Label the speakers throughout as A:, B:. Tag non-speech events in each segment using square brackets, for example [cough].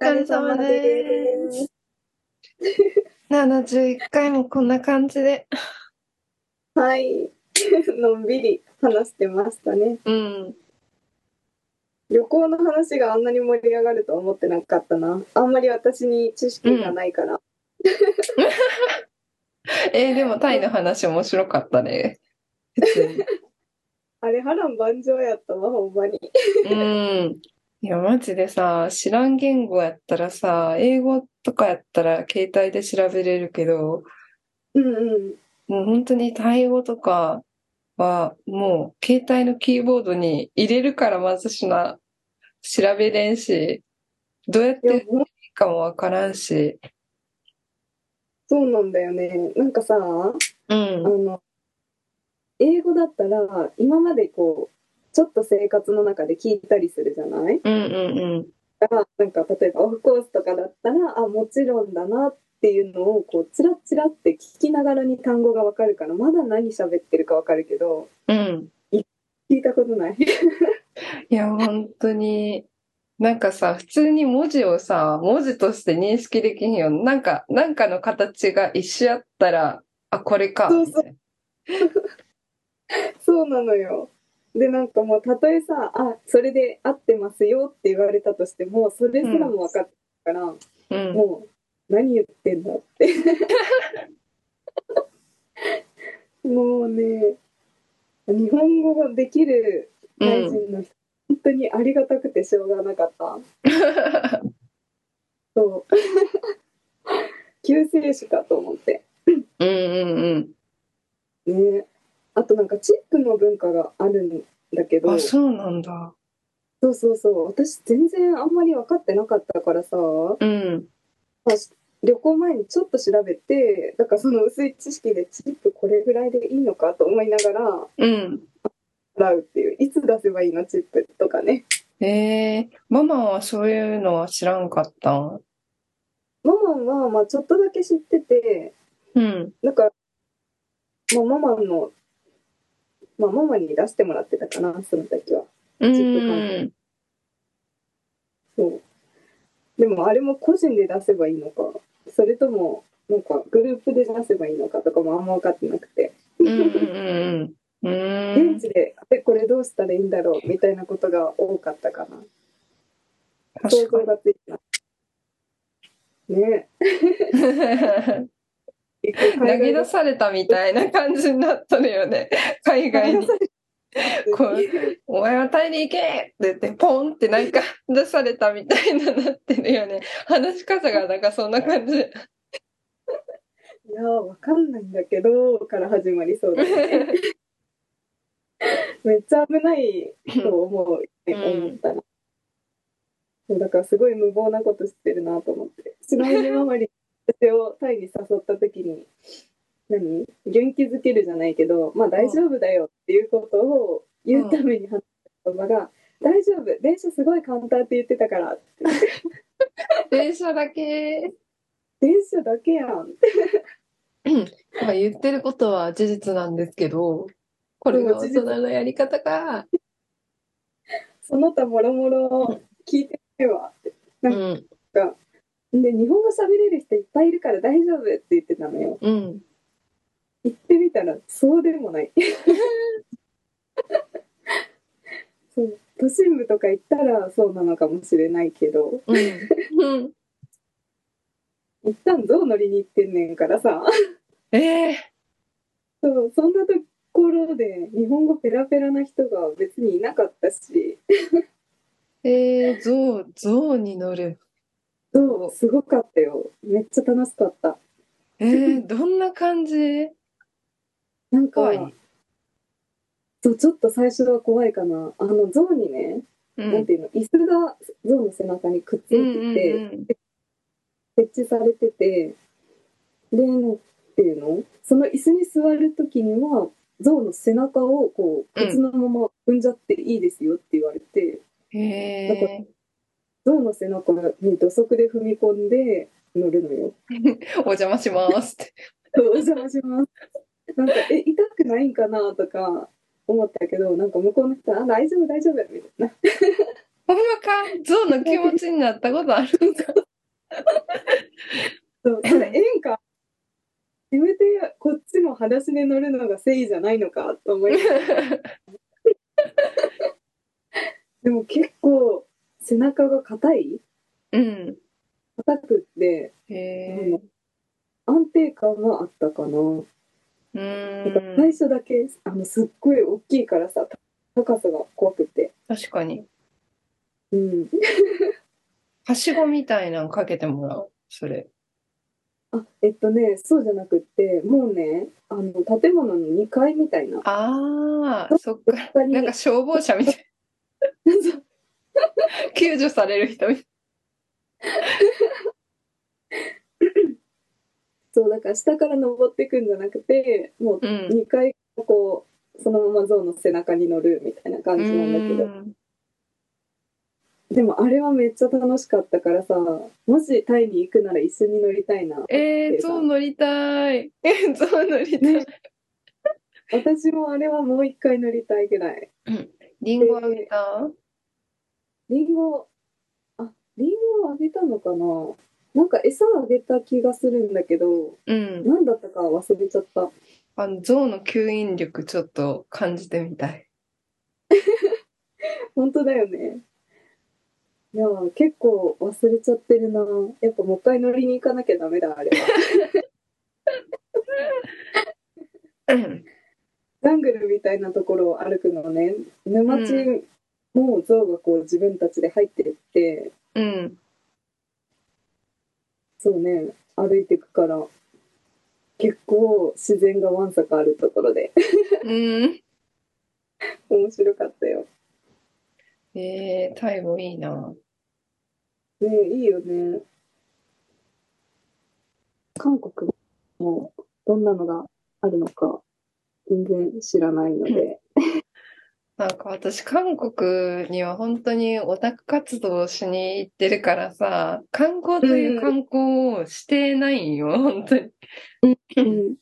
A: れ様です。71回もこんな感じで。
B: はい。 [laughs] のんびり話してましたね。
A: うん。
B: 旅行の話があんなに盛り上がると思ってなかったな。あんまり私に知識がないから。うん、
A: えー、でもタイの話面白かったね。
B: あれ波乱万丈やったわほんまに。
A: うん。いやマジでさ知らん言語やったらさ英語とかやったら携帯で調べれるけ
B: ど、うんうん、
A: もう本当にタイ語とかはもう携帯のキーボードに入れるからまずしな調べれんしどうやっていいかもわからんし。
B: そうなんだよねなんかさ、
A: うん、
B: あの英語だったら今までこうちょっと生活の中で聞いたりするじゃない、
A: うんうんうん、
B: だからなんか例えばオフコースとかだったらあもちろんだなっていうのをこうチラッチラって聞きながらに単語がわかるからまだ何喋ってるかわかるけど、
A: うん、
B: 聞いたことない [laughs]
A: いや本当になんかさ普通に文字をさ文字として認識できんよなんかなんかの形が一緒やったらあこれか
B: そうそうそうなのよ。でなんかもうたとえさ「あそれで合ってますよ」って言われたとしてもそれすらも分かってるから、
A: うん、
B: もう何言ってんだって
A: [laughs]
B: もうね日本語ができる大臣の人、うん、本当にありがたくてしょうがなかった
A: [laughs]
B: そう救世主かと思って
A: うんうん
B: うんねあとなんかチップの文化があるんだけど
A: そうなんだ
B: そうそうそう私全然あんまり分かってなかったからさ、
A: うん、
B: まあ、旅行前にちょっと調べてだからその薄い知識でチップこれぐらいでいいのかと思いながら、
A: うん、
B: 払うっていういつ出せばいいのチップとかね
A: えー、ママはそういうのは知らんかったマ
B: マはまあちょっとだけ知ってて、
A: うん、
B: だから、まあ、ママのまあ、ママに出してもらってたかな、その時は。
A: うん
B: そう。でも、あれも個人で出せばいいのか、それとも、なんか、グループで出せばいいのかとかもあんま分かってなくて。
A: うん
B: [laughs]
A: うんうん、
B: 現地で、あれ、これどうしたらいいんだろうみたいなことが多かったかな。想像がついた。ね
A: [laughs] 投げ出されたみたいな感じになったのよね海外に。こうお前はタイに行けって言ってポンってなんか [laughs] 出されたみたいななってるよね話し方がなんかそんな感じいや
B: わかんないんだけどから始まりそうだねめっちゃ危ないと思う、ね、思ったら、うん、だからすごい無謀なことしてるなと思ってスライム周り私をタイに誘った時に何元気づけるじゃないけどまあ大丈夫だよっていうことを言うために話した言葉が「大丈夫電車すごい簡単って言ってたから」って
A: 電車だけ
B: 電車だけやんって
A: 言ってることは事実なんですけどこれが大人のやり方か
B: その他もろもろ聞いてみればってなんか、うんで日本語喋れる人いっぱいいるから大丈夫って言ってたのよ、
A: うん、
B: 行ってみたらそうでもない [laughs] そう都心部とか行ったらそうなのかもしれないけど、
A: うんうん、
B: 一旦どう乗りに行ってんねんからさ
A: [laughs] えー、
B: そうそんなところで日本語ペラペラな人が別にいなかったし
A: えー、象象に乗る
B: そうすごかったよめっちゃ楽しかった
A: え [laughs] ー、どんな感じ
B: なんかそうちょっと最初は怖いかなあの象にね、うん、なんていうの椅子が象の背中にくっついてて、うんうんうん、設置されててでなんていうのその椅子に座る時には象の背中をこう別のまま踏んじゃっていいですよって言われて、
A: うん、へえ
B: 象の背中に土足で踏み込んで乗るのよ。
A: お邪魔しますって。
B: お邪 [laughs] 魔します。なんかえ痛くないんかなとか思ったけどなんか向こうの人は「あ大丈夫大丈夫」みたいな。
A: ほんまか象の気持ちになったことあるんか。
B: そうた
A: [laughs]
B: だ演歌せめてこっちも裸足で乗るのが誠意じゃないのかと思いながら
A: [laughs]
B: でも結構背中が硬い
A: うん。
B: 硬くって
A: へ
B: なん
A: え
B: だ。安定感はあったかな、
A: う
B: なんか最
A: ーん。
B: 初だけあのすっごい大きいからさ高さが怖くて
A: 確かに。
B: うん
A: はしごみたいなのかけてもらう。それ。
B: あえっとねそうじゃなくってもうねあの建物の2階みたいな
A: ああ、そっか。
B: 他に [laughs]
A: [laughs] なんか消防車みたい。 [laughs] 救助される人みたい。
B: そうだから下から登っていくんじゃなくてもう
A: うん。
B: 2階こうそのまま象の背中に乗るみたいな感
A: う
B: じなんだけど、
A: ーん。
B: でもあれはめっちゃ楽しかったからさもしタイに行くなら一緒に乗りたいな
A: えー、ゾウ乗りたい。えー、ゾウ乗りたい。
B: 私もあれはもう一回乗りたいぐらい
A: リンゴあげた
B: リンゴあリンゴをあげたのかななんか餌あげた気がするんだけど
A: うん。
B: 何だったか忘れちゃった
A: あの、ゾウの吸引力ちょっと感じてみた [laughs] い。
B: 本当だよねいや結構忘れちゃってるなやっぱもう一回乗りに行かなきゃダメだあれは
A: うん
B: ジャングルみたいなところを歩くのね沼地もゾウがこう自分たちで入ってって
A: うん。
B: そうね歩いていくから結構自然がわんさかあるところで [laughs]
A: うん。
B: 面白かったよ
A: えー、タイもいいな。
B: ねえいいよね韓国もどんなのがあるのか全然知らないので、
A: なんか私、韓国には本当にオタク活動をしに行ってるからさ、観光という観光をしてないんよ、本当に。
B: うん、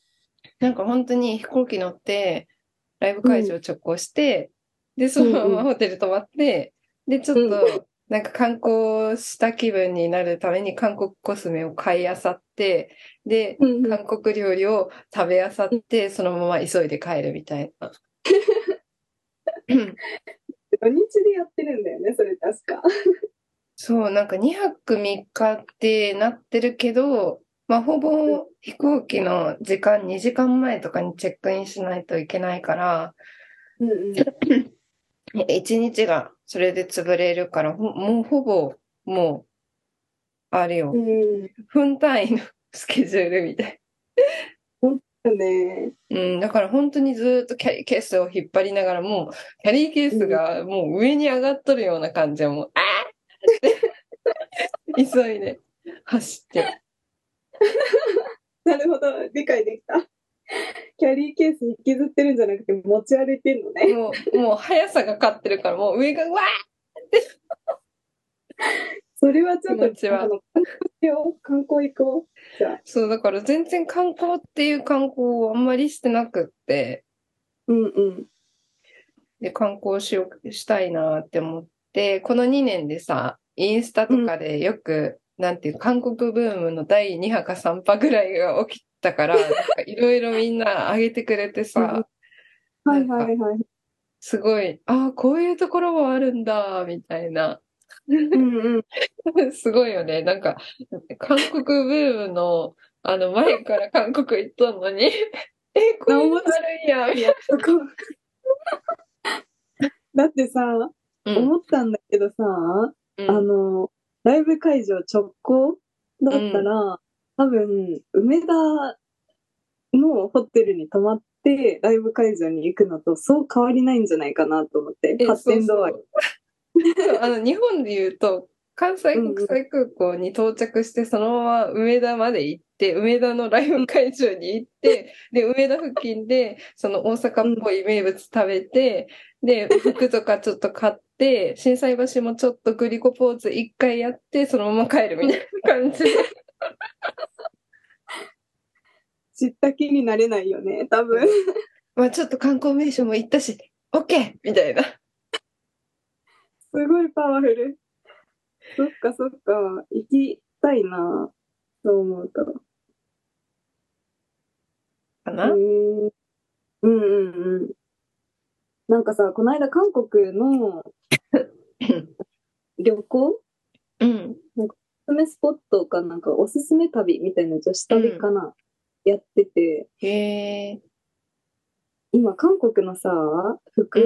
A: なんか本当に飛行機乗って、ライブ会場直行して、で、そのままホテル泊まって、で、ちょっ
B: う
A: と、なんか観光した気分になるために韓国コスメを買い漁って、で、
B: うん
A: 韓国料理を食べ漁って、そのまま急いで帰るみたいな。
B: [laughs] [laughs] 土日でやってるんだよねそれ確か
A: そう、なんか2泊3日ってなってるけど、まあ、ほぼ飛行機の時間2時間前とかにチェックインしないといけないから、
B: うんうん
A: 1日がそれで潰れるから、ほもうほぼ、もう、あれよ、
B: うん
A: 分単位のスケジュールみたい。
B: だね
A: うん、だから本当にずーっとキャリーケースを引っ張りながら、もう、キャリーケースがもう上に上がっとるような感じはもう、あーって、 [laughs] 急いで走って。
B: なるほど理解できたキャリーケース引きずってるんじゃなくて持ち歩いてんのね
A: もう、もう速さが勝ってるから、もう上が、うわ
B: それはちょっ
A: 気
B: と
A: 持ちは
B: あの観光しよう観光行こうじゃあ
A: ーそう、だから全然観光っていう観光をあんまりしてなくって、
B: うんうん
A: で、観光しよう、したいなって思って、この2年でさ、インスタとかでよく、なんていう、韓国ブームの第2波か3波ぐらいが起きたから、なんかいろいろみんな上げてくれてさ、
B: はいはいはい
A: すごい、ああ、こういうところもあるんだ、みたいな。
B: うんうん
A: [laughs] すごいよね。なんか、韓国ブームの、あの、前から韓国行っとんのに、え、 [laughs] こういうのあるんや、みたい
B: そこ [laughs] だってさ、
A: な。
B: 思ったんだけどさ、
A: う
B: あ
A: ん、
B: の、ライブ会場直行だったら、多分、梅田のホテルに泊まって、ライブ会場に行くのと、そう変わりないんじゃないかなと思って、
A: え
B: 発展度合い。
A: そうそうあの、日本で言うと、関西国際空港に到着して、そのまま梅田まで行って、梅田のライブ会場に
B: [laughs]
A: 行って、で、梅田付近で、その大阪っぽい名物食べて、で、服とかちょっと買って、震災橋もちょっとグリコポーズ一回やって、そのまま帰るみたいな感じ。
B: 知った気になれないよね、多分。
A: まあちょっと観光名所も行ったし、オッケーみたいな。
B: すごいパワフル。そっかそっか。行き、たいなそう思うと。
A: か
B: う
A: な、
B: んうんうんうん。なんかさ、この間韓国
A: [laughs]
B: の旅行
A: うん。
B: おすすめスポットかなんかおすすめ旅みたいな女子旅かな、やってて、
A: へえ。
B: 今韓国のさ、服、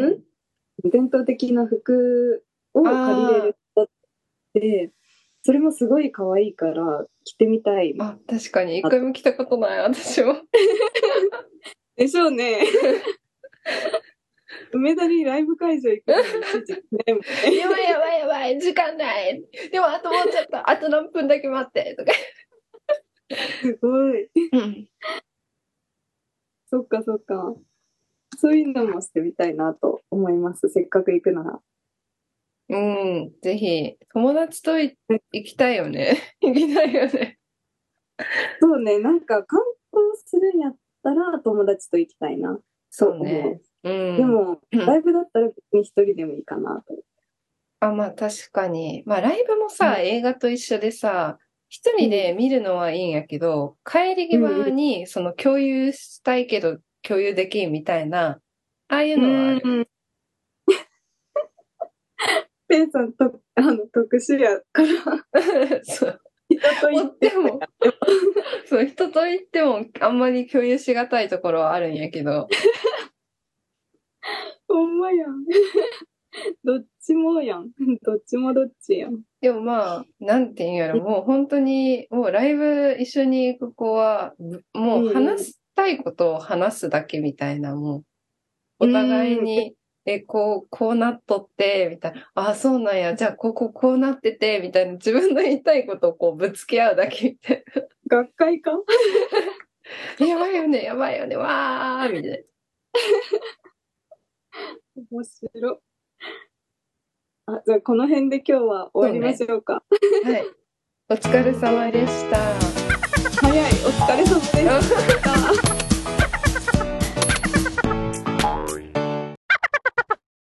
A: うん
B: 伝統的な服を借りれるって、それもすごい可愛いから着てみたい。
A: あ、確かに、一回も来たことない、私 [laughs] も。
B: でしょう [laughs] ね。梅田にライブ会場行くのについてきてないもんね
A: やばいやばいやばい、時間ない。でも、あともうちょっ [laughs] と、あと何分だけ待って、とか。
B: すごい。
A: うん。
B: そっかそっか。そういうのもしてみたいなと思います。せっかく行くなら。
A: うん、ぜひ、友達とい行きたいよね。 [laughs] 行きたいよね。
B: そうね、なんか観光するんやったら友達と行きたいな。
A: そうね。
B: と思う。
A: うん。
B: でも、
A: うん
B: ライブだったら別に一人でもいいかなと。
A: あ、まあ確かに。まあライブもさ、
B: うん
A: 映画と一緒でさ、一人で見るのはいいんやけど、帰り際にその共有したいけど共有できんみたいな、ああいうのはある。
B: うん。 [laughs] ペンさんとあの特殊やから
A: [laughs] そう。
B: 人と
A: 追
B: 行
A: っ
B: って
A: も、そう、人と言ってもあんまり共有しがたいところはあるんやけど、
B: ほんま
A: [laughs]
B: やん。どっちもやん。どっちもどっちやん。
A: でもまあ、なんていうんやろ、もう本当に、もうライブ一緒に行く子は、もう話したいことを話すだけみたいな、もう、お互いに、え、こう、こうなっとって、みたいな、ああ、そうなんや、じゃあ、こここうなってて、みたいな、自分の言いたいことをこう、ぶつけ合うだけみたい
B: 学会か
A: な。 [laughs] やばいよね、やばいよね、わー、みたい
B: 面白。あ、じゃあこの辺で今日は終わりましょうか。
A: な。はい。お疲れ様でした。
B: 早い、お疲れ様です。
A: あ